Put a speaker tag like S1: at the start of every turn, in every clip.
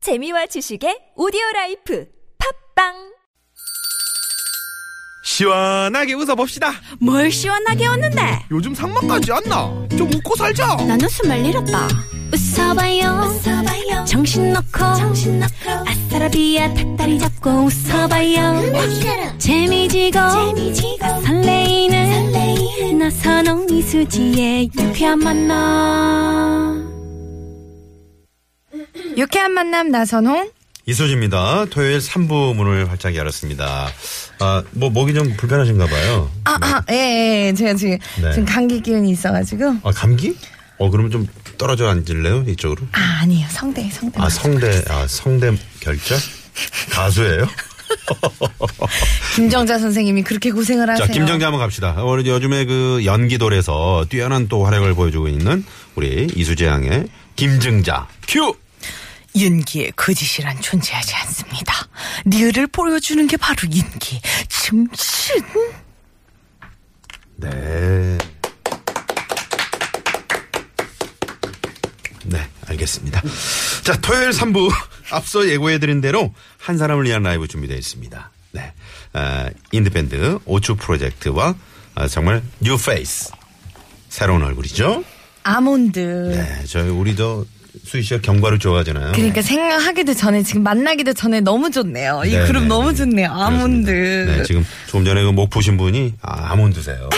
S1: 재미와 지식의 오디오 라이프 팝빵
S2: 시원하게 웃어봅시다.
S3: 뭘 시원하게 웃는데
S2: 요즘 상만까지 안 나. 좀 웃고 살자.
S3: 난 웃음을 잃었다 웃어봐요, 정신 놓고 아싸라비아 닭다리 잡고 웃어봐요 재미지고, 설레이는, 나선홍 이수지의 유쾌한 만남
S4: 유쾌한 만남 나선홍.
S5: 이수지입니다. 토요일 3부 문을 활짝 열었습니다. 아, 뭐, 목이 좀 불편하신가 봐요.
S4: 아, 아, 예, 예. 제가 지금,
S5: 네.
S4: 지금 감기 기운이 있어가지고.
S5: 아, 감기? 어, 그러면 좀 떨어져 앉을래요? 이쪽으로?
S4: 아, 아니에요. 성대, 성대.
S5: 아, 성대, 아, 성대 결절? 가수예요?
S4: 김정자 선생님이 그렇게 고생을 하세요.
S5: 자, 김정자 한번 갑시다. 오늘 요즘에 그 연기돌에서 뛰어난 또 활약을 보여주고 있는 우리 이수재 양의 김정자. 큐!
S6: 인기의
S4: 그
S6: 거짓이란 존재하지 않습니다. 리얼을 보여주는 게 바로 인기. 짐신.
S5: 네. 네, 알겠습니다. 자, 토요일 3부 앞서 예고해드린 대로 한 사람을 위한 라이브 준비되어 있습니다. 네, 아, 인디밴드 오추 프로젝트와 아, 정말 뉴 페이스 새로운 얼굴이죠.
S4: 아몬드.
S5: 네, 저희 우리 저 수희 씨가 경과를 좋아하잖아요.
S4: 그러니까 생각하기도 전에 지금 만나기도 전에 너무 좋네요. 이
S5: 네,
S4: 그룹
S5: 네,
S4: 너무
S5: 네.
S4: 좋네요. 아몬드.
S5: 그렇습니다. 네, 지금 조금 전에 그 목 푸신 분이 아, 아몬드세요.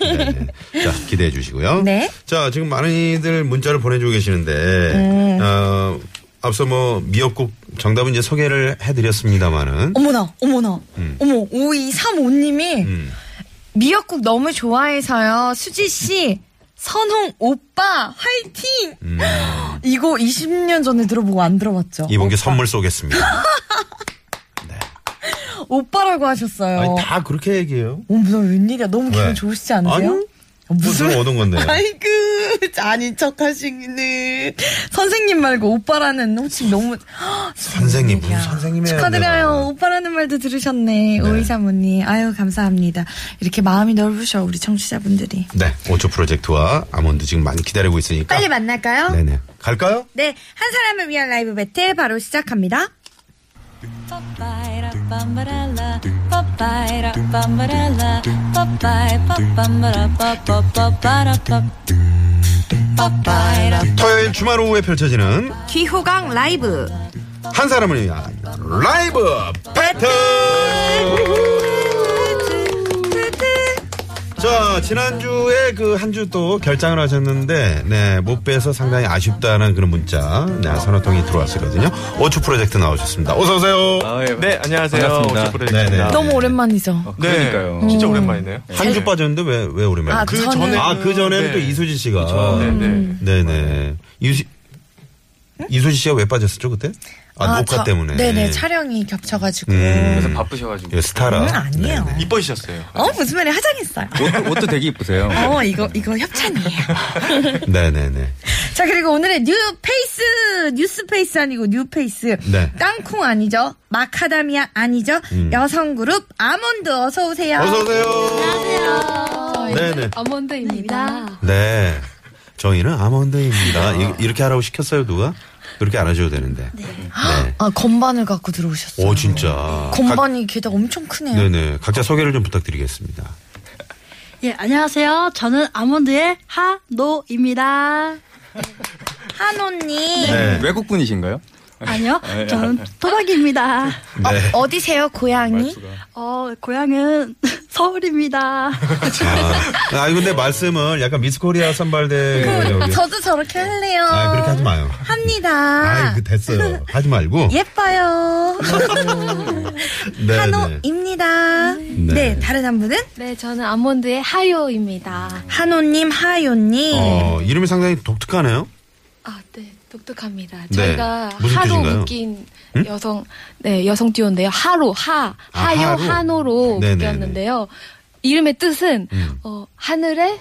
S5: 네, 네. 자, 기대해 주시고요.
S4: 네.
S5: 자, 지금 많이들 문자를 보내주고 계시는데,
S4: 네.
S5: 어, 앞서 뭐 미역국 정답은 이제 소개를 해드렸습니다만은.
S4: 어머나, 어머나. 어머, 5235님이
S5: 음.
S4: 미역국 너무 좋아해서요. 수지씨, 선홍 오빠, 화이팅!
S5: 음.
S4: 이거 20년 전에 들어보고 안 들어봤죠?
S5: 이분께 선물 쏘겠습니다.
S4: 오빠라고 하셨어요.
S5: 아니, 다 그렇게 얘기해요. 뭐
S4: 어머, 나 웬일이야. 너무 기분
S5: 왜?
S4: 좋으시지 않으세요? 어,
S5: 아니요.
S4: 무슨.
S5: 무슨 얻은 건데요?
S4: 아이고, 아닌 척 하시네. 선생님 말고 오빠라는, 혹시 너무.
S5: 선생님, 무슨 선생님이에요?
S4: 축하드려요. 오빠라는 말도 들으셨네. 오이사모님. 아유, 감사합니다. 이렇게 마음이 넓으셔, 우리 청취자분들이.
S5: 네, 오초 프로젝트와 아몬드 지금 많이 기다리고 있으니까.
S4: 빨리 만날까요? 네.
S5: 네네. 갈까요?
S4: 한 사람을 위한 라이브 배틀 바로 시작합니다.
S5: 토요일 주말 오후에 펼쳐지는
S4: 귀호강 라이브.
S5: 한 사람을 위한 라이브 배틀! 자, 지난주에 그 한 주 또 결장을 하셨는데, 네, 못 빼서 상당히 아쉽다는 그런 문자, 네, 서너 통이 들어왔었거든요. 오추 프로젝트 나오셨습니다. 어서오세요.
S7: 아, 예. 네, 안녕하세요.
S8: 반갑습니다.
S7: 오즈프레입니다.
S5: 네네.
S4: 너무 오랜만이죠.
S7: 네.
S8: 그러니까요.
S7: 진짜 오랜만이네요.
S5: 한 주 빠졌는데 왜, 왜 오랜만에?
S4: 아,
S5: 그,
S4: 저는- 음.
S7: 전에는-
S5: 아, 그 전에는
S7: 네.
S5: 또 이수지 씨가.
S8: 그
S7: 네네.
S5: 네네. 이수지, 이수지 씨가 왜 빠졌었죠, 그때? 아, 녹화
S4: 저-
S5: 때문에.
S4: 네네, 촬영이 겹쳐가지고.
S5: 음,
S8: 그래서 바쁘셔가지고.
S5: 예, 스타라.
S4: 음, 아니에요.
S5: 네네.
S7: 이뻐지셨어요.
S4: 어, 무슨 말이 화장했어요.
S8: 옷도, 옷도 되게 이쁘세요.
S4: 어, 이거, 이거 협찬이에요.
S5: 네네네.
S4: 자, 그리고 오늘의 뉴페이스! 뉴스페이스 아니고 뉴페이스.
S5: 네. 음.
S4: 땅콩 아니죠? 마카다미아 아니죠? 여성그룹 아몬드 어서오세요.
S5: 어서오세요. 안녕하세요. 네네.
S3: 아몬드입니다
S5: 네. 저희는 아몬드입니다. 이- 이렇게 하라고 시켰어요, 누가? 그렇게 안 하셔도 되는데. 네.
S4: 아, 건반을 갖고 들어오셨어요.
S5: 오, 진짜.
S4: 건반이 게다가 엄청
S5: 각-
S4: 크네요.
S5: 네네. 각자 소개를 좀 부탁드리겠습니다.
S9: 예, 안녕하세요. 저는 아몬드의 하노입니다.
S4: 한언니.
S5: 네.
S8: 외국 분이신가요?
S9: 아니요, 저는 토박이입니다.
S4: 어디세요, 고양이?
S9: 어, 고향은 서울입니다.
S5: 아, 아니, 근데 말씀을 약간 미스 코리아 선발대. 여기.
S4: 그 저도 저렇게 할래요.
S5: 아, 그렇게 하지 마요.
S4: 합니다.
S5: 아, 그 됐어요. 하지 말고.
S4: 예뻐요.
S5: 네,
S4: 한호입니다.
S5: 네.
S4: 네, 다른 한 분은?
S10: 네, 저는 아몬드의 하요입니다.
S4: 한호님, 하요님.
S5: 어, 이름이 상당히 독특하네요.
S10: 아, 네, 독특합니다.
S5: 네,
S10: 저희가
S5: 무슨
S10: 하로
S5: 뜻인가요?
S10: 묶인 여성, 네, 여성 듀오인데요. 하로, 하,
S5: 아,
S10: 하요,
S5: 하로.
S10: 하노로
S5: 네네네.
S10: 묶였는데요. 이름의 뜻은
S5: 음.
S10: 어, 하늘에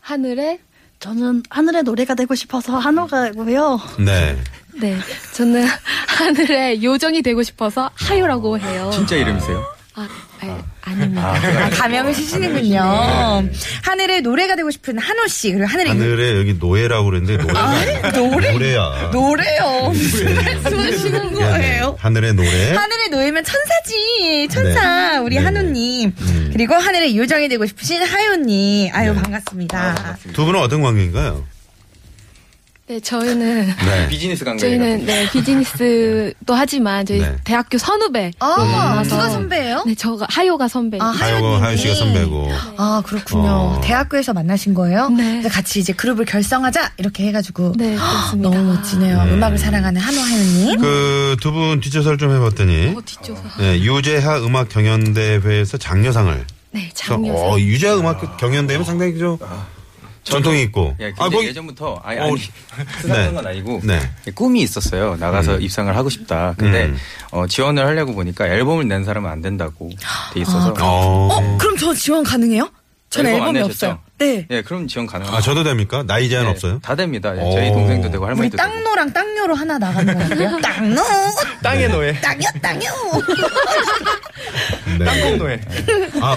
S10: 하늘에
S9: 저는 하늘의 노래가 되고 싶어서 한호가고요.
S5: 네.
S10: 네, 저는 하늘의 요정이 되고 싶어서 하요라고 해요.
S8: 진짜 이름이세요?
S10: 아, 아, 닙니다
S4: 아, 가명을 쓰시는군요.
S5: 네.
S4: 하늘의 노래가 되고 싶은 한호 씨 그리고 하늘의
S5: 하늘에 여기 노예라고 그랬는데 노래가 노래? 노래야.
S4: 아,
S5: 네.
S4: 노래요. 무슨 말씀하시는 거예요?
S5: 하늘의 노래.
S4: 하늘의 노예면 천사지 천사 우리
S5: 네. 네네. 음.
S4: 한우님 그리고 하늘의 요정이 되고 싶으신 하윤님 아유
S5: 네.
S4: 반갑습니다.
S5: 두 분은 어떤 관계인가요?
S10: 네, 저희는
S11: 비즈니스 관계.
S10: 저희는 네 비즈니스도 하지만 저희
S5: 네.
S10: 대학교 선후배
S9: 어,
S4: 아
S10: 만나서-
S4: 누가 선배예요?
S10: 네, 저가 하요가 선배.
S4: 아 하윤님
S5: 하여가 하윤 씨가 선배고.
S4: 아 그렇군요.
S5: 어.
S4: 대학교에서 만나신 거예요?
S10: 네.
S4: 그래서 같이 이제 그룹을 결성하자 이렇게 해가지고
S10: 네, 그렇습니다.
S4: 너무 멋지네요.
S5: 네.
S4: 음악을 사랑하는 한호 하윤님.
S5: 그 두 분 뒷조사를 좀 해봤더니
S10: 뒷조사.
S5: 네, 유재하 음악 경연대회에서 장려상을.
S10: 네,
S5: 그래서,
S10: 장려상.
S5: 어, 유재하 음악 경연대회면 상당히 좀 전통이 있고.
S11: 아. 예,
S5: 아, 거기-
S11: 예전부터 아니
S5: 어,
S11: 아니 수상한
S5: 네.
S11: 건 아니고
S5: 네.
S11: 꿈이 있었어요. 나가서
S5: 음.
S11: 입상을 하고 싶다. 근데
S5: 음.
S11: 어, 지원을 하려고 보니까 앨범을 낸 사람은 안 된다고
S12: 아.
S11: 돼 있어서
S5: 어.
S4: 어 그럼 저 지원 가능해요? 저는
S11: 앨범 안
S4: 앨범이
S11: 내셨죠?
S4: 없어요. 네.
S11: 예, 그럼 지원 가능합니다.
S5: 아, 저도 됩니까? 나이 제한
S11: 네,
S5: 없어요?
S11: 다 됩니다. 예,
S5: 오.
S11: 저희 동생도 되고
S4: 우리
S11: 할머니도 되고.
S4: 땅노랑 땅녀로 하나 나가는 거 같아요. 땅노,
S12: 땅의 노예.
S4: 땅녀, 땅녀.
S5: 네.
S12: 땅콩 노예.
S5: 아,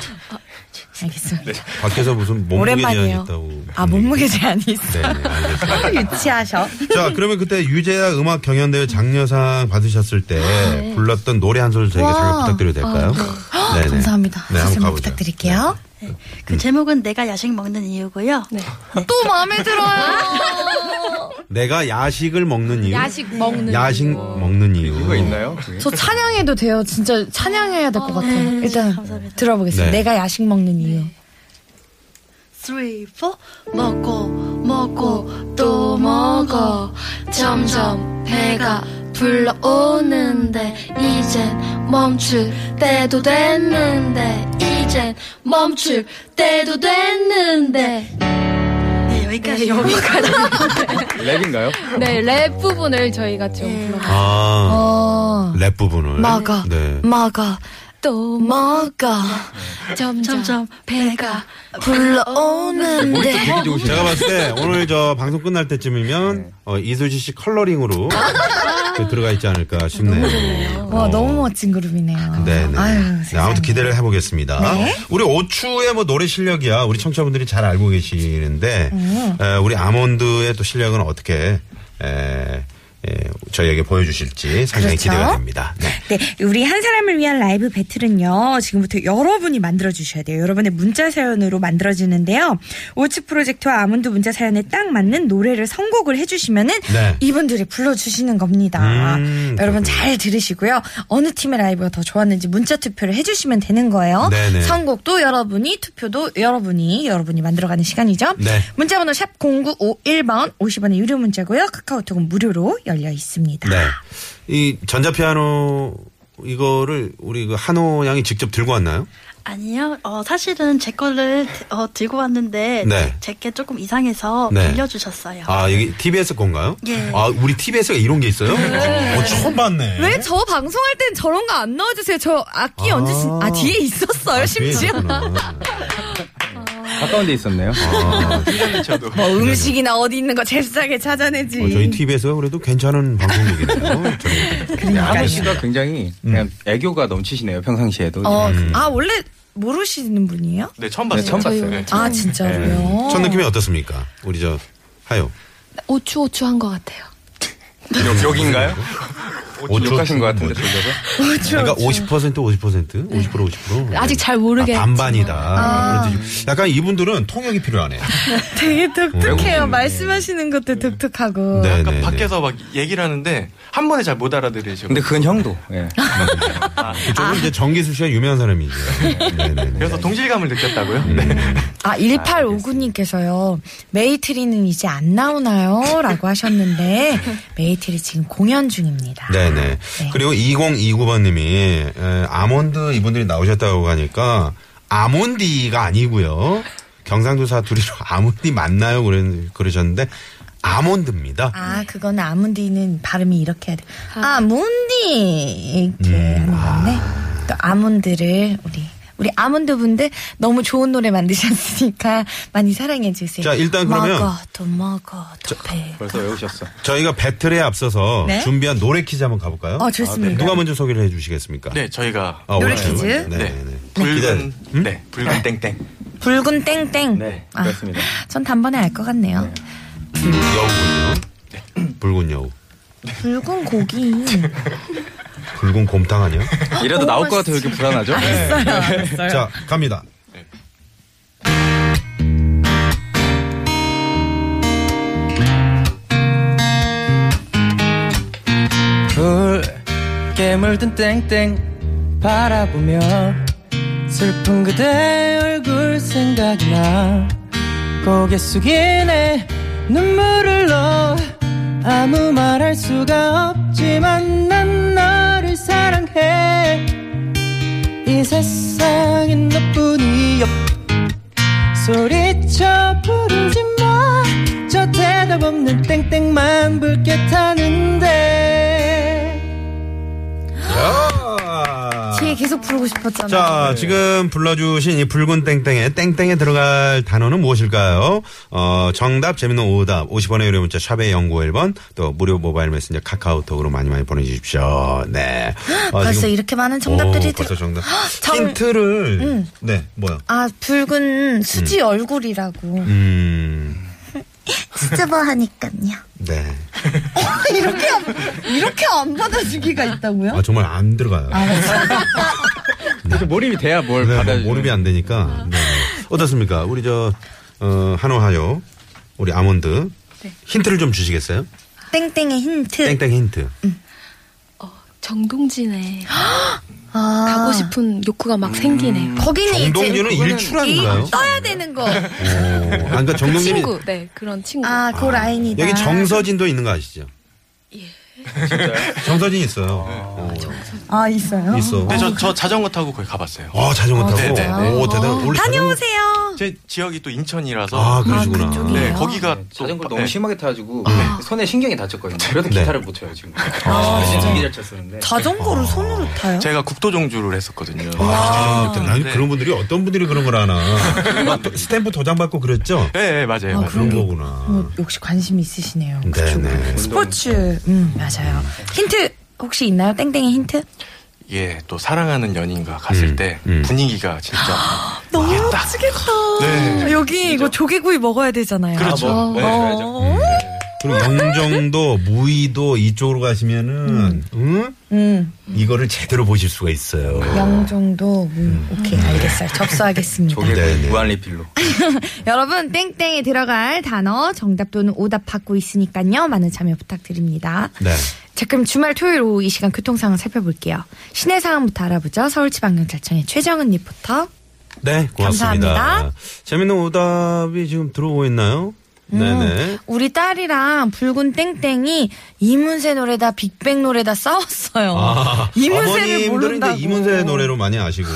S4: 알겠습니다.
S5: 밖에서 무슨 몸무게 제한이
S4: 오랜만이에요.
S5: 있다고.
S4: 아 몸무게 제한이 있어.
S5: 네, 네, 알겠습니다.
S4: 유치하셔.
S5: 자, 그러면 그때 유재하 음악 경연대회 장려상 받으셨을 때
S4: 아, 네.
S5: 불렀던 노래 한 소절 저희가
S3: 와.
S5: 잠깐 부탁드려도 될까요? 네, 네.
S4: 감사합니다.
S5: 네, 한번
S4: 말씀
S5: 가보죠.
S4: 부탁드릴게요.
S5: 음.
S3: 그 제목은 내가 야식 먹는 이유고요.
S10: 네.
S4: 또 마음에 들어요.
S5: 내가 야식을 먹는 이유.
S10: 야식 먹는.
S5: 야식
S10: 거.
S5: 먹는 이유.
S11: 이유가 있나요? 그게?
S4: 저 찬양해도 돼요. 진짜 찬양해야 될 것 같아요. 네. 일단 들어보겠습니다.
S5: 네.
S4: 내가 야식 먹는 이유.
S3: 3, 4 먹고 먹고
S10: 먹고 또 먹어 점점 배가 불러오는데 이젠 멈출 때도 됐는데 이젠 멈출 때도 됐는데
S3: 네 여기까지 여기까지
S11: 랩인가요?
S10: 네 랩 부분을 저희가 좀 불러
S5: 아,
S4: 어.
S5: 랩 부분을.
S10: 먹어.
S5: 네.
S10: 먹어
S5: 아,
S10: 또 먹어
S3: 점점
S10: 점점
S3: 배가
S5: 어?
S10: 불러오는데
S11: 되게 좋으시네요.
S5: 제가 봤을 때 오늘 저 방송 끝날 때쯤이면 어, 이수지 씨 컬러링으로
S4: 아,
S5: 그 들어가 있지 않을까 싶네요.
S4: 네. 와
S5: 어.
S4: 너무 멋진 그룹이네요.
S5: 네네.
S4: 아유,
S5: 네, 아무튼 기대를 해보겠습니다.
S4: 네.
S5: 우리 오추의 뭐 노래 실력이야 우리 청취자분들이 잘 알고 계시는데
S4: 음.
S5: 에, 우리 아몬드의 또 실력은 어떻게 에, 에, 저희에게 보여주실지 상당히
S4: 그렇죠.
S5: 기대가 됩니다. 네.
S4: 네, 우리 한 사람을 위한 라이브 배틀은요, 지금부터 여러분이 만들어주셔야 돼요. 여러분의 문자 사연으로 만들어지는데요. 오츠 프로젝트와 아몬드 문자 사연에 딱 맞는 노래를 선곡을 해주시면은
S5: 네.
S4: 이분들이 불러주시는 겁니다.
S5: 음,
S4: 여러분
S5: 그렇군요.
S4: 잘 들으시고요. 어느 팀의 라이브가 더 좋았는지 문자 투표를 해주시면 되는 거예요.
S5: 네네.
S4: 선곡도 여러분이, 투표도 여러분이, 여러분이 만들어가는 시간이죠.
S5: 네.
S4: 문자번호 샵 0951번 50원의 유료 문자고요. 카카오톡은 무료로 열려 있습니다.
S5: 네. 이 전자피아노 이거를 우리 그 한호 양이 직접 들고 왔나요?
S3: 아니요 어 사실은 제 거를 어, 들고 왔는데
S5: 네.
S3: 제게 조금 이상해서
S5: 네.
S3: 빌려주셨어요.
S5: 아, 여기 TBS 건가요?
S3: 예. 네.
S5: 아, 우리 TBS가 이런 게 있어요? 어, 처음 봤네.
S13: 왜 저 방송할 땐 저런 거 안 넣어주세요? 저 악기
S5: 아.
S13: 언제 신, 아 뒤에 있었어요
S5: 아, 뒤에
S13: 심지어.
S5: 있었구나.
S11: 가까운 데 있었네요.
S5: 아,
S13: 뭐 음식이나 어디 있는 거 잽싸게 찾아내지.
S5: 어, 저희 TBS가 그래도 괜찮은 방송국이네요.
S11: 아무 씨가 굉장히 그냥 애교가 넘치시네요. 평상시에도.
S4: 어,
S5: 음.
S4: 아 원래 모르시는 분이에요?
S12: 네, 처음
S11: 네, 처음 봤어요.
S10: 저희
S4: 아 진짜로요?
S5: 첫 어. 느낌이 어떻습니까? 우리 저 하요.
S10: 오추오추한 것 같아요
S11: 여기인가요?
S5: 오초
S11: 네. 욕하신 것 같은데
S5: 어, 뭐지?
S11: 돌려서.
S5: 그러니까
S3: 그렇죠.
S5: 50% 50% 50%
S3: 네.
S5: 50%
S10: 아직 잘
S5: 아,
S10: 모르겠지만 아,
S5: 반반이다. 그런 뜻이- 약간 이분들은 통역이 필요하네.
S4: 되게 독특해요.
S5: 외국인이네.
S4: 말씀하시는 것도 독특하고.
S5: 음. 네,
S12: 그러니까
S5: 네,
S12: 밖에서 막 얘기를 하는데 한 번에 잘 못 알아들으시고.
S11: 근데 그건 형도. 예.
S5: 네. 그쪽은 이제 정기수 씨가 유명한 사람이죠. 네네네. 음.
S12: 그래서 동질감을 느꼈다고요? 네.
S4: 아 1859님께서요. 메이트리는 이제 안 나오나요?라고 하셨는데 메이트리 지금 공연 중입니다.
S5: 네네. 그리고 2029번님이 아몬드 이분들이 나오셨다고 하니까 아몬디가 아니고요. 경상도 사투리로 아몬디 맞나요? 그런- 그러셨는데 아몬드입니다.
S4: 아 그건 아몬디는 발음이 이렇게 해야 돼. 아,
S5: 음, 아.
S4: 아몬디 이렇게 하는 건데 또 아몬드를 우리 우리 아몬드 분들 너무 좋은 노래 만드셨으니까 많이 사랑해 주세요.
S5: 자, 일단 그러면-
S4: 먹어도 먹어도 배.
S11: 벌써 외우셨어.
S5: 저희가 배틀에 앞서서
S4: 네?
S5: 준비한 노래 퀴즈 한번 가볼까요?
S4: 어 좋습니다.
S5: 누가 먼저 소개를 해주시겠습니까?
S2: 네, 저희가
S5: 아,
S14: 노래
S5: 오늘.
S14: 퀴즈?
S5: 네,
S2: 네.
S5: 네, 네.
S2: 붉은
S5: 기다려- 음? 아.
S2: 네, 붉은 땡땡.
S4: 붉은 땡땡. 아,
S11: 네, 그렇습니다.
S4: 전 단번에 알 것 같네요.
S5: 여우군요. 음. 붉은 여우.
S4: 네. 붉은 고기.
S5: 붉은 곰탕 아니야?
S11: 이래도 나올 것 같아요. 이렇게 불안하죠? 네.
S5: 자, 갑니다.
S12: 붉게 물든 땡땡 바라보며 슬픈 그대 얼굴 생각이 나 고개 숙이네 눈물을 넣어 아무 말 할 수가 없지만 난 너를 사랑해 이 세상엔 너뿐이여 소리쳐 부르지 마저 대답 없는 땡땡만 붉게 타는데
S5: 야!
S4: 뒤에 계속 부르고 싶었잖아요.
S5: 자, 지금 불러주신 이 붉은 땡땡에 땡땡에 들어갈 단어는 무엇일까요? 어, 정답, 재밌는 오답, 50원의 유료 문자, 샵의 연구 1번, 또 무료 모바일 메신저 카카오톡으로 많이 많이 보내주십시오. 네. 어,
S4: 벌써
S5: 지금-
S4: 이렇게 많은 정답들이
S5: 오,
S4: 들-
S5: 벌써 정답.
S4: 정- 음.
S5: 힌트를. 네, 뭐야?
S4: 아 붉은 수지 얼굴이라고.
S5: 음,
S4: 수줍어 하니깐요.
S5: 네.
S4: 어, 이렇게 안- 이렇게 안 받아주기가 있다고요?
S5: 아, 정말 안 들어가요.
S11: 그래서 몰입이 돼야 뭘
S5: 네,
S11: 받아주는.
S5: 모름이 안 되니까. 네. 어떻습니까? 우리 저, 어, 한호하요, 우리 아몬드.
S4: 네.
S5: 힌트를 좀 주시겠어요?
S4: 땡땡의 힌트.
S5: 땡땡 힌트.
S4: 네,
S10: 정동진의
S4: 아.
S10: 가고 싶은 욕구가
S5: 음.
S10: 막 생기네요.
S4: 거기는
S5: 정동진은
S4: 이제
S5: 일출하는가요?
S4: 이 떠야 되는 거.
S5: 오, 아, 그러니까 정동진이
S10: 친구, 네 그런 친구.
S4: 아 그 라인이다. 예.
S5: 여기 정서진도 있는 거 아시죠? 정서진 있어요. 어,
S4: 아 있어요.
S5: 있어.
S2: 네, 저, 저 자전거 타고 거기 가봤어요.
S5: 아 자전거 타고.
S2: 네, 네, 네.
S5: 오 대단. 원래
S4: 어, 다녀오세요.
S2: 제 지역이 또 인천이라서
S5: 자전거- 아 그러시구나.
S2: 네,
S4: 그래요?
S2: 거기가
S11: 네,
S2: 또
S11: 자전거
S5: 어,
S2: 바-
S11: 너무
S2: 네.
S11: 심하게 타가지고 그 손에 신경이 다쳤거든요. 그래도
S5: 아. 네.
S11: 기타를 못 쳐요 지금. 아, 진짜 기잘 쳤었는데.
S4: 자전거를 손으로 타요?
S2: 제가 국도종주를 했었거든요.
S5: 아, 난
S2: 네.
S5: 그런 분들이 어떤 분들이 그런 걸 하나. 아, 또 스탬프 도장 받고 그랬죠?
S2: 네, 네, 맞아요. 맞아요.
S5: 그런 거구나.
S4: 역시 어, 관심 있으시네요.
S5: 네네.
S4: 스포츠. 음 맞아요. 힌트 혹시 있나요? 땡땡의 힌트?
S2: 예, 또 사랑하는 연인과 갔을
S5: 음,
S2: 때
S5: 음.
S2: 분위기가 진짜
S4: 너무
S2: 이게 딱
S4: 멋지겠다.
S2: 네.
S4: 여기 이거 조개구이 먹어야 되잖아요.
S2: 그렇죠.
S11: 뭐, 네, 그래야죠.
S4: 어.
S5: 그리고 영종도 무의도 이쪽으로 가시면은 응?
S4: 음,
S5: 이거를 제대로 보실 수가 있어요.
S4: 영종도 음, 오케이 알겠어요. 접수하겠습니다.
S11: 조개
S5: 네, 네.
S11: 무한리필로.
S4: 여러분 땡땡에 들어갈 단어 정답 또는 오답 받고 있으니까요. 많은 참여 부탁드립니다.
S5: 네.
S4: 자 그럼 주말 토요일 오후 이 시간 교통 상황 살펴볼게요. 시내 상황부터 알아보죠. 서울지방경찰청의 최정은 리포터.
S5: 네, 고맙습니다.
S4: 감사합니다.
S5: 재밌는 오답이 지금 들어오고 있나요?
S4: 음.
S5: 네네.
S4: 우리 딸이랑 붉은 땡땡이 이문세 노래다 빅뱅 노래다 싸웠어요.
S5: 아,
S4: 이문세를
S5: 어머님들은
S4: 모른다고.
S5: 이제 이문세 노래로 많이 아시고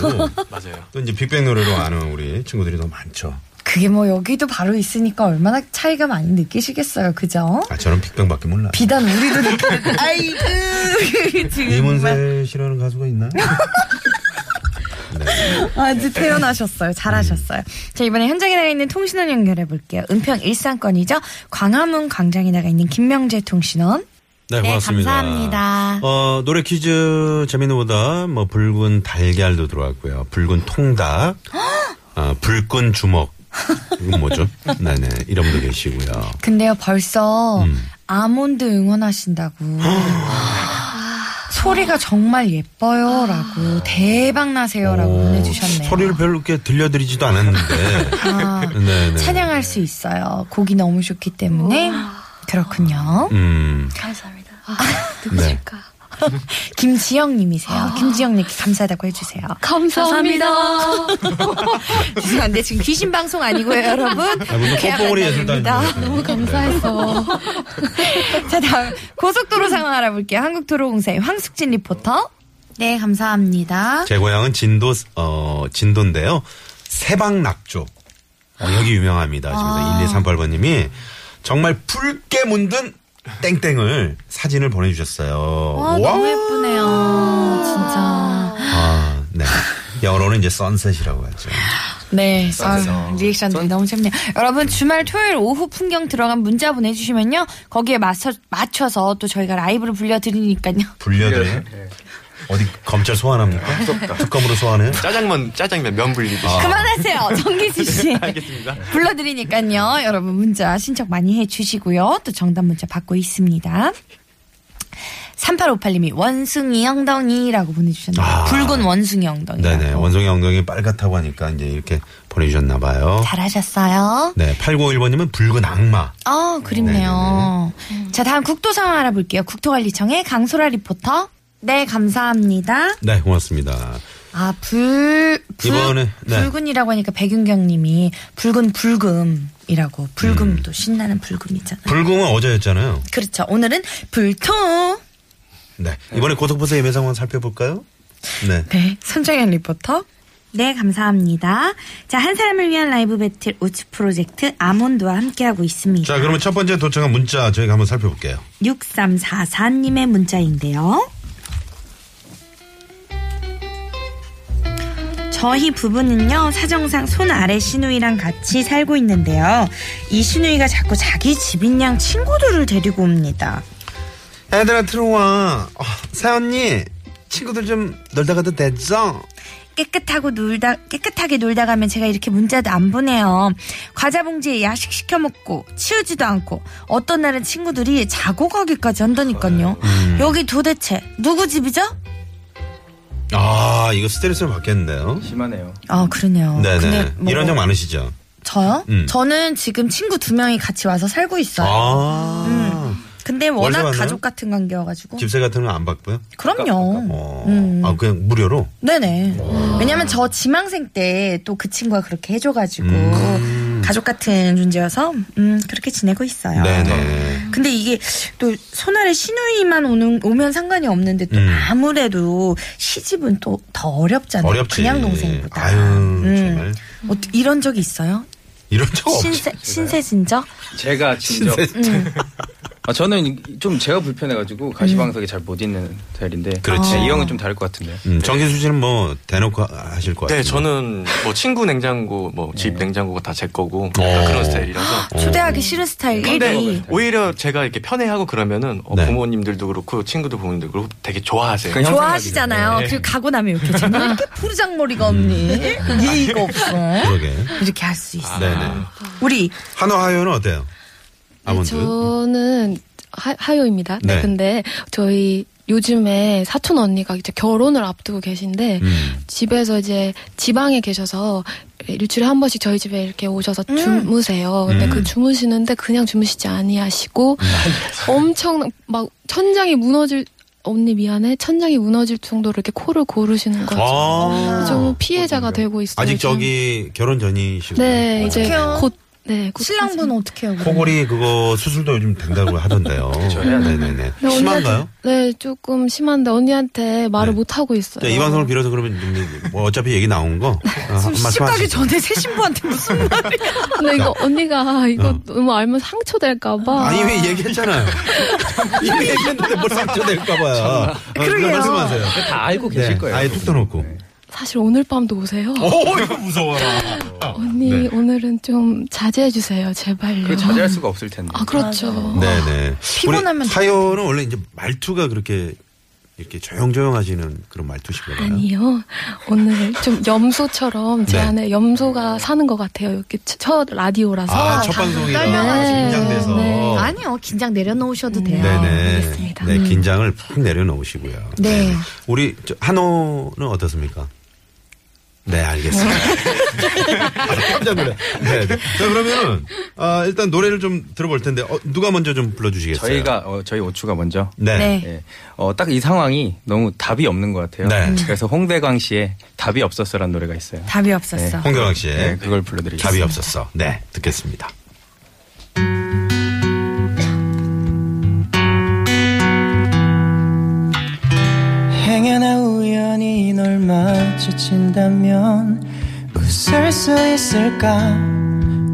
S2: 맞아요.
S5: 또 이제 빅뱅 노래로 아는 우리 친구들이 더 많죠.
S4: 그게 뭐 여기도 바로 있으니까 얼마나 차이가 많이 느끼시겠어요. 그죠?
S5: 아, 저는 빅뱅밖에 몰라요.
S4: 비단 우리도 느끼는데 아이고 지금
S5: 이문세 씨라는 가수가 있나?
S4: 아, 이제 태어나셨어요. 잘하셨어요.
S5: 음.
S4: 자, 이번에 현장에 나가 있는 통신원 연결해 볼게요. 은평 일산권이죠. 광화문 광장에 나가 있는 김명재 통신원.
S5: 네, 고맙습니다.
S4: 감사합니다.
S5: 어, 노래 퀴즈 재밌는 보다 뭐 붉은 달걀도 들어왔고요. 붉은 통닭, 어, 불끈 주먹. 이건 뭐죠? 네네. 이런 분도 계시고요.
S4: 근데요, 벌써
S5: 음.
S4: 아몬드 응원하신다고. 소리가 정말 예뻐요라고 대박 나세요라고
S5: 오,
S4: 보내주셨네요.
S5: 소리를 별로 이렇게 들려드리지도 않았는데.
S4: 아,
S5: 네네.
S4: 찬양할 수 있어요. 곡이 너무 좋기 때문에 그렇군요.
S5: 음,
S10: 감사합니다.
S5: 네.
S10: 그러니까.
S4: 김지영님이세요. 김지영님 감사하다고 해주세요.
S10: 감사합니다.
S4: 죄송한데 지금 귀신 방송 아니고요, 여러분. 네,
S5: 아, 무슨
S4: 괴한
S5: 뽀뽀거리 네.
S4: 만남입니다.
S5: 예술단입니다.
S10: 너무 감사했어.
S4: 자, 다음 고속도로 상황 알아볼게요. 한국도로공사의 황숙진 리포터. 네, 감사합니다.
S5: 제 고향은 진도 어 진도인데요. 세방낙조 어, 여기 유명합니다. 지금 1238번님이 정말 붉게 문든 땡땡을
S4: 아,
S5: 사진을 보내주셨어요. 뭐?
S4: 와, 너무 예쁘네요. 진짜.
S5: 아, 네. 영어로는 이제 선셋이라고 하죠.
S4: 네,
S2: 썬-
S4: 아, 리액션들이 너무 재밌네요. 여러분 주말 토요일 오후 풍경 들어간 문자 보내주시면요 거기에 맞춰 맞춰서 또 저희가 라이브를 불려드리니까요.
S5: 불려드려요? 어디 검찰 소환합니까? 특검으로 소환해요?
S2: 짜장면 짜장면 면 불리듯이.
S5: 어. 아.
S4: 그만하세요, 정기수 씨.
S2: 알겠습니다.
S4: 불러드리니까요. 여러분 문자 신청 많이 해주시고요. 또 정답 문자 받고 있습니다. 3858님이 원숭이 엉덩이라고 보내주셨네요.
S5: 아.
S4: 붉은 원숭이 엉덩이.
S5: 네네. 원성이 엉덩이 빨갛다고 하니까 이제 이렇게 보내주셨나 봐요.
S4: 잘하셨어요.
S5: 네. 8951번님은 붉은 악마.
S4: 어, 그립네요. 자, 다음 국토 상황 알아볼게요. 국토관리청의 강소라 리포터. 네, 감사합니다.
S5: 네, 고맙습니다.
S4: 아, 불, 불
S5: 이번에, 네.
S4: 붉은이라고 하니까 백윤경 님이 붉은 불금이라고. 불금
S5: 음.
S4: 또 신나는 불금이잖아요.
S5: 불금은 어제였잖아요.
S4: 그렇죠. 오늘은 불토.
S5: 네. 이번에 고속버스 예매 상황 살펴볼까요? 네.
S4: 네, 선정현 리포터.
S14: 네, 감사합니다. 자, 한 사람을 위한 라이브 배틀 우츠 프로젝트 아몬드와 함께하고 있습니다.
S5: 자, 그러면 첫 번째 도착한 문자 저희가 한번 살펴볼게요.
S14: 6344님의 문자인데요. 저희 부부는요, 사정상 손 아래 시누이랑 같이 살고 있는데요. 이 시누이가 자꾸 자기 집인 양 친구들을 데리고 옵니다.
S5: 애들아, 들어와. 어, 새언니, 친구들 좀 놀다 가도 되죠?
S4: 깨끗하고 놀다 깨끗하게 놀다 가면 제가 이렇게 문자도 안 보내요. 과자 봉지에 야식 시켜 먹고 치우지도 않고 어떤 날은 친구들이 자고 가기까지 한다니까요. 여기 도대체 누구 집이죠?
S5: 아, 이거 스트레스를 받겠는데요?
S11: 심하네요.
S4: 아 그러네요.
S5: 네네.
S4: 뭐
S5: 이런 적 많으시죠?
S4: 저요?
S5: 음.
S4: 저는 지금 친구 두 명이 같이 와서 살고 있어요.
S5: 아,
S4: 근데
S5: 월세
S4: 워낙
S5: 받나요?
S4: 가족 같은 관계여가지고
S5: 집세 같은 건 안 받고요?
S4: 그럼요.
S5: 어,
S4: 음.
S5: 아, 그냥 무료로?
S4: 네네. 왜냐면 저 지망생 때 또 그 친구가 그렇게 해줘가지고
S5: 음.
S4: 가족 같은 존재여서 음, 그렇게 지내고 있어요.
S5: 네네.
S4: 근데 이게 또 손아래 시누이만 오는 오면 상관이 없는데 또
S5: 음.
S4: 아무래도 시집은 또 더 어렵잖아요.
S5: 어렵지.
S4: 그냥 동생보다.
S5: 아유, 정말.
S4: 어, 이런 적이 있어요?
S5: 이런 적 없죠.
S4: 신세 신세진 적?
S11: 제가 진짜 아, 저는 좀 제가 불편해가지고 가시방석에 잘 못 있는 스타일인데
S5: 그렇지.
S11: 네, 이 형은 좀 다를 것 같은데.
S5: 음, 정기수 씨는 뭐, 대놓고 하- 하실 것 같아요.
S2: 네, 저는 뭐 친구 냉장고, 뭐 집 냉장고가 다 제 거고 약간
S5: 음. 어.
S2: 그런 스타일이라서.
S4: 초대하기 싫은 스타일
S2: 근데
S4: 1위.
S2: 오히려 제가 이렇게 편해하고 그러면은 어,
S5: 네.
S2: 부모님들도 그렇고 친구들 부모님들도 그렇고 되게 좋아하세요.
S11: 그냥
S4: 좋아하시잖아요. 그리고 가고 나면 이렇게 쟤는 왜 이렇게 부르장머리가 없니? 예의가 없어.
S5: 그러게.
S4: 이렇게 할 수 있어.
S5: 네네.
S4: 우리
S5: 한화 하요는 어때요? 아몬드.
S10: 저는 하, 하요입니다. 네.
S5: 네.
S10: 근데 저희 요즘에 사촌 언니가 이제 결혼을 앞두고 계신데
S5: 음.
S10: 집에서 이제 지방에 계셔서 일주일에 한 번씩 저희 집에 이렇게 오셔서
S4: 음.
S10: 주무세요. 근데
S5: 음.
S10: 그 주무시는데 그냥 주무시지 아니하시고
S5: 음.
S10: 엄청 막 천장이 무너질 언니 미안해 천장이 무너질 정도로 이렇게 코를 고르시는 거죠.
S5: 아.
S10: 그렇죠. 좀 피해자가 되고 있어요.
S5: 아직
S10: 지금.
S5: 저기 결혼 전이시고.
S10: 네 이제
S4: 어떡해요?
S10: 곧 네, 곧
S4: 신랑분 어떻게 해요? 그럼?
S5: 코골이 그거 수술도 요즘 된다고 하던데요.
S11: 해야 돼요.
S5: 네네네.
S10: 네,
S5: 심한가요?
S10: 네, 조금 심한데 언니한테 말을
S5: 네.
S10: 못 하고 있어요.
S5: 자, 이 방송을 빌어서 그러면 좀, 뭐 어차피 얘기 나온 거. 아, 한 말씀
S4: 시집가기
S5: 하시죠.
S4: 전에 새 신부한테 무슨
S10: 근데 이거 언니가 이거
S5: 그러니까. 어.
S10: 너무 알면 상처 될까봐.
S5: 아니, 왜 얘기했잖아요. 이미 얘기했는데 뭘 상처될까봐요. 어, 그러게요. 말씀하세요.
S11: 다 알고 계실
S5: 네,
S11: 거예요.
S5: 아예 툭 떠놓고.
S10: 사실 오늘 밤도 오세요.
S5: 오, 이거 무서워라.
S10: 언니
S5: 네.
S10: 오늘은 좀 자제해 주세요, 제발요.
S11: 그 자제할 수가 없을 텐데.
S10: 아 그렇죠.
S5: 네네.
S4: 피곤하면
S5: 우리 사연은 원래 이제 말투가 그렇게 이렇게 조용조용 하시는 그런 말투신가요?
S10: 아니요. 오늘 좀 염소처럼 제
S5: 네.
S10: 안에 염소가 사는 것 같아요. 이렇게 첫- 첫 라디오라서.
S5: 아, 첫 방송이라 긴장돼서.
S10: 네.
S4: 아니요 긴장 내려놓으셔도 돼요.
S5: 어. 음, 네네.
S10: 알겠습니다. 음.
S5: 네, 긴장을 푹 내려놓으시고요.
S4: 네.
S5: 네네. 우리 저, 한호는 어떻습니까? 네, 알겠습니다. 아, 깜짝 놀래. 네. 네. 자, 그러면은 아, 일단 노래를 좀 들어볼 텐데 어, 누가 먼저 좀 불러주시겠어요?
S11: 저희가 어, 저희 오추가 먼저.
S5: 네.
S4: 네.
S11: 예. 어, 딱 이 상황이 너무 답이 없는 것 같아요.
S5: 네. 음.
S11: 그래서 홍대광 씨의 답이 없었어라는 노래가 있어요.
S4: 답이 없었어.
S5: 홍경학 씨의
S11: 네, 그걸 불러드리겠습니다.
S5: 답이 없었어. 네, 듣겠습니다.
S12: 행여나 우연히 널 마주친다면 웃을 수 있을까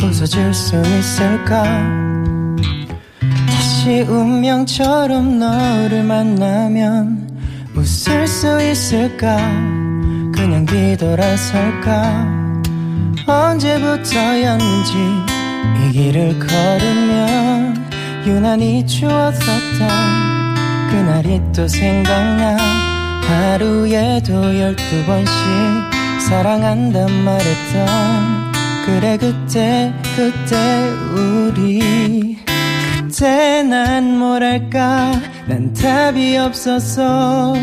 S12: 웃어줄 수 있을까 다시 운명처럼 너를 만나면 웃을 수 있을까 그냥 뒤돌아설까 언제부터였는지 이 길을 걸으면 유난히 추웠었던 그날이 또 생각나 하루에도 열두 번씩 사랑한단 말했던 그래 그때 그때 우리 그때 난 뭐랄까 난 답이 없었어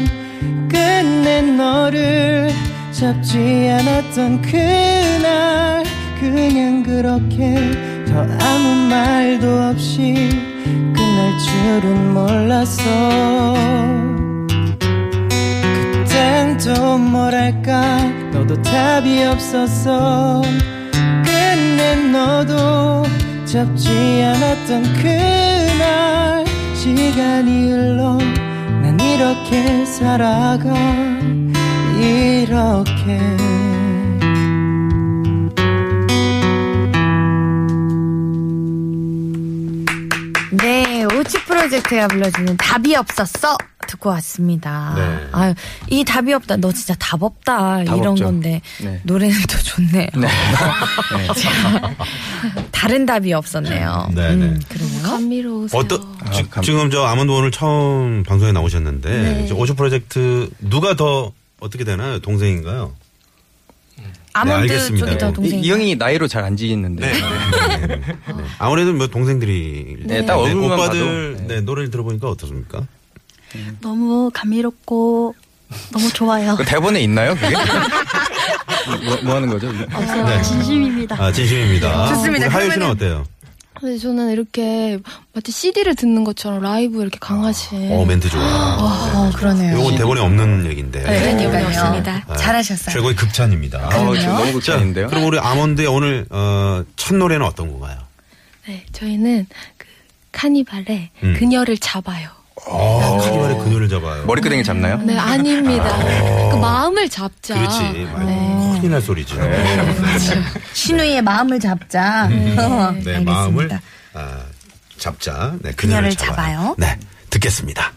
S12: 끝내 너를 잡지 않았던 그날 그냥 그렇게 더 아무 말도 없이 끝날 줄은 몰랐어 그땐 또 뭐랄까 너도 답이 없었어 끝내 너도 잡지 않았던 그날 시간이 흘러 난 이렇게 살아가 이렇게
S4: 네, 오츠 프로젝트가 불러주는 답이 없었어 듣고 왔습니다.
S5: 네.
S4: 아유, 이 답이 없다. 너 진짜 답 없다.
S11: 답
S4: 이런
S11: 없죠.
S4: 건데
S11: 네.
S4: 노래는 또 좋네요.
S11: 네.
S4: 다른 답이
S10: 어,
S4: 없었네요.
S5: 네, 네.
S10: 음.
S4: 그러네요.
S10: 감미로우세요.
S5: 어떤
S11: 아,
S5: 지-
S11: 감-
S5: 지금 저 아몬드 오늘 처음 방송에
S10: 네.
S5: 나오셨는데 이제 오쇼 프로젝트 누가 더 어떻게 되나요? 동생인가요?
S4: 아몬드
S5: 알겠습니다.
S4: 쪽이 더
S5: 네.
S4: 음, 동생.
S11: 이, 이 형이 나이로 잘 안 지겠는데.
S5: 아무래도 뭐 동생들이
S11: 네, 딱 얼굴만
S5: 오빠들
S11: 봐도.
S5: 네. 노래를 들어보니까 어떻습니까?
S3: 너무 감미롭고 너무 좋아요.
S11: 그 대본에 있나요? 그게? 뭐, 뭐 하는 거죠? 이게?
S3: 없어요.
S5: 네.
S3: 진심입니다.
S5: 아 진심입니다.
S14: 좋습니다.
S5: 우리 하유 씨는
S14: 그러면은-
S5: 어때요?
S10: 근데 저는 이렇게 마치 CD를 듣는 것처럼 라이브 이렇게 강하신
S5: 어 멘트 좋아.
S14: 어, 그러네요.
S5: 요건 대본에 없는 얘기인데
S10: 그런 이유는
S4: 네, 그러니까요.
S10: 없습니다.
S5: 네, 아,
S4: 잘하셨어요.
S5: 최고의 극찬입니다.
S11: 아, 지금 너무
S5: 자,
S11: 극찬인데요.
S5: 그럼 우리 아몬드의 오늘 어, 첫 노래는 어떤 건가요?
S10: 네, 저희는 그 카니발의
S5: 음.
S10: 그녀를 잡아요.
S5: 어, 카니발의 그녀를 잡아요.
S11: 머리끄댕이 잡나요?
S10: 네, 아닙니다. 그 마음을 잡자. 네.
S5: 그렇지.
S10: 아,
S5: 많이 큰일 날 소리죠.
S11: 네.
S4: 신우이의 마음을 잡자. 어,
S5: 네,
S4: 알겠습니다.
S5: 마음을 아, 잡자. 네,
S4: 그녀를
S5: 그녀를,
S4: 잡아요.
S5: 네, 듣겠습니다.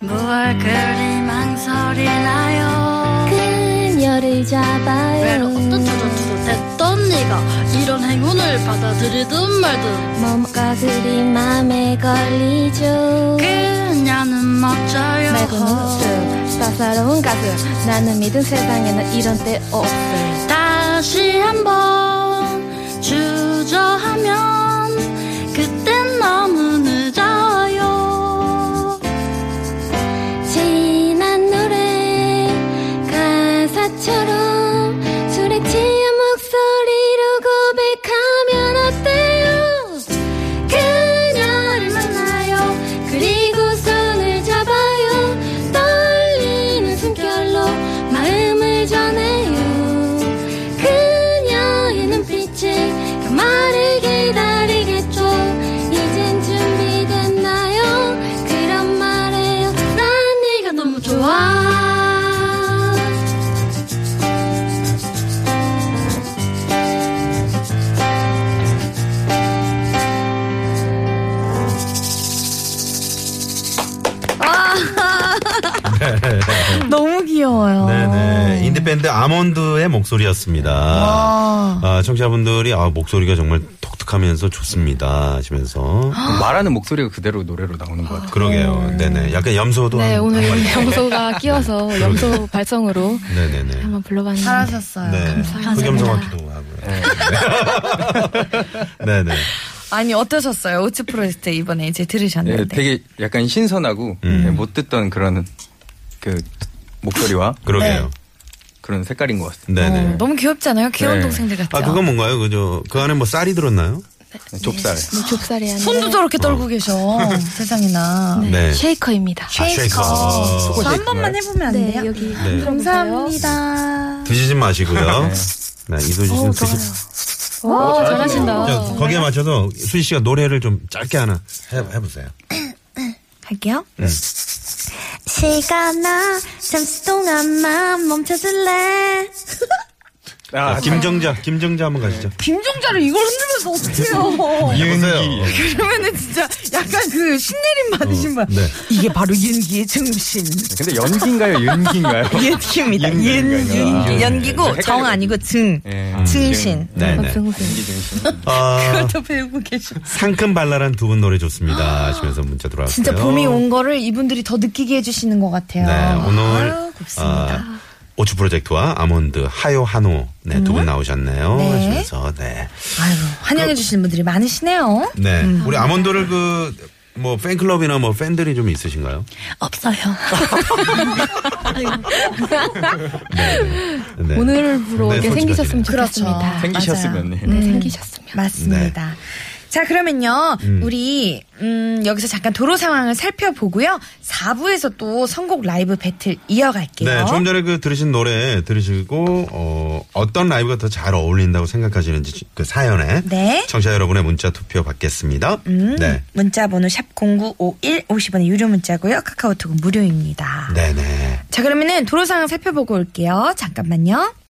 S3: 무얼 그리 망설이나요?
S10: 그녀를
S3: 왜
S10: 잡아요.
S3: 어떻게든 됐던 네가 이런 행운을 받아들이든 말든
S10: 뭔가 그리 맘에 걸리죠.
S3: 그녀는 멋져요.
S10: 말고 목줄 싸사로운 가수 나는 믿은 세상에는 이런 때 없을
S3: 다시 한번 주저하면 그땐 너무 늦어요.
S10: 지난 노래 가사처럼 술에 취한 목소리로 고백하면 어때요 그녀를 만나요 그리고 손을 잡아요 떨리는 숨결로 마음을 전해요 그녀의 눈빛에 그 말을 기다리겠죠 이젠 준비됐나요 그런 말해요 난 네가 너무 좋아
S4: 너무 귀여워요.
S5: 네네. 인디밴드 아몬드의 목소리였습니다. 아, 청취자분들이 아, 목소리가 정말 독특하면서 좋습니다 하시면서.
S11: 말하는 목소리가 그대로 노래로 나오는 것 같아요.
S5: 그러게요. 네네. 약간 염소도.
S10: 네
S5: 한-
S10: 오늘
S5: 한 마리.
S10: 염소가 끼어서 염소 발성으로
S5: 네네네.
S10: 한번 불러봤는데 음,
S4: 잘하셨어요.
S5: 네. 흑염소하기도 하고요. 네. 네네.
S4: 아니 어떠셨어요? 오츠 프로젝트 이번에 이제
S11: 예,
S5: 네,
S4: 들으셨는데.
S11: 되게 약간 신선하고 예, 못 듣던 그런 그 목소리와
S5: 그러게요.
S11: 그런 색깔인 것
S5: 네.
S11: 같습니다.
S4: 어,
S5: 네
S4: 너무 귀엽잖아요. 귀여운
S11: 네.
S4: 동생들 같죠.
S5: 아, 그건 뭔가요? 그죠? 그 안에 뭐 쌀이 들었나요?
S11: 좁쌀.
S10: 뭐 좁쌀이 아니라
S4: 손도 저렇게 떨고 계셔. 네. 어, 세상에나.
S10: 네,
S5: 네.
S10: 쉐이커입니다
S5: 아, 쉐이커.
S14: 저한 번만 해보면 안
S10: 네,
S14: 돼요?
S10: 여기
S5: 네.
S10: 들어보세요.
S4: 감사합니다.
S5: 드시지 마시고요. 네, 이도지 씨는 드시.
S10: 오,
S5: 자,
S10: 어, 잘하신다.
S5: 거기에 맞춰서 수지 씨가 노래를 좀 짧게 하나 해, 해보세요.
S4: 갈게요.
S5: 네.
S3: 시간아 잠시 동안만 멈춰줄래
S5: 자, 네, 김정자, 김정자 한번 가시죠.
S15: 김종자를 이걸 흔들면서 어떡해요.
S5: 네, 해보세요.
S15: 그러면은 진짜 약간 그 신내림 받으신 분.
S5: 네.
S15: 이게 바로 윤기의 증신.
S11: 근데 연기인가요? 윤기인가요?
S4: 예.
S15: 윤기입니다. 윤,
S11: 윤기인가요? 아,
S15: 윤기. 연기고
S11: 헷갈려.
S15: 정 아니고 증.
S11: 예.
S15: 증신.
S5: 네, 네.
S10: 등등.
S11: 연기 중심.
S5: 아,
S15: 또 배우고 계셔.
S5: 상큼 발랄한 두 분 노래 좋습니다. 하시면서 문자 네. 들어왔고요.
S4: 진짜 봄이 온 거를 이분들이 더 느끼게 해주시는 것 같아요.
S5: 네, 오늘
S4: 아, 곱습니다.
S5: 아, 오츠 프로젝트와 아몬드, 하요, 한호 네, 두 분
S4: 음?
S5: 나오셨네요. 하시면서 네.
S4: 아유, 환영해주시는 분들이 많으시네요.
S5: 네.
S4: 음.
S5: 우리 아몬드를 그, 뭐, 팬클럽이나 뭐, 팬들이 좀 있으신가요?
S4: 없어요.
S5: 네.
S10: 오늘부로
S5: 네,
S10: 이렇게
S5: 솔직하시네요.
S10: 생기셨으면
S4: 그렇죠.
S10: 좋겠습니다.
S11: 생기셨으면. 네.
S10: 네, 생기셨으면.
S4: 맞습니다.
S5: 네.
S4: 자, 그러면요. 우리, 음, 여기서 잠깐 도로 상황을 살펴보고요. 4부에서 또 선곡 라이브 배틀 이어갈게요.
S5: 네, 조금 전에 그 들으신 노래 들으시고 어, 어떤 라이브가 더 잘 어울린다고 생각하시는지 그 사연에
S4: 네.
S5: 청취자 여러분의 문자 투표 받겠습니다.
S4: 음.
S5: 네.
S14: 문자 번호 샵0951 50원의 유료 문자고요. 카카오톡은 무료입니다.
S5: 네네.
S4: 자, 그러면은 도로 상황 살펴보고 올게요. 잠깐만요.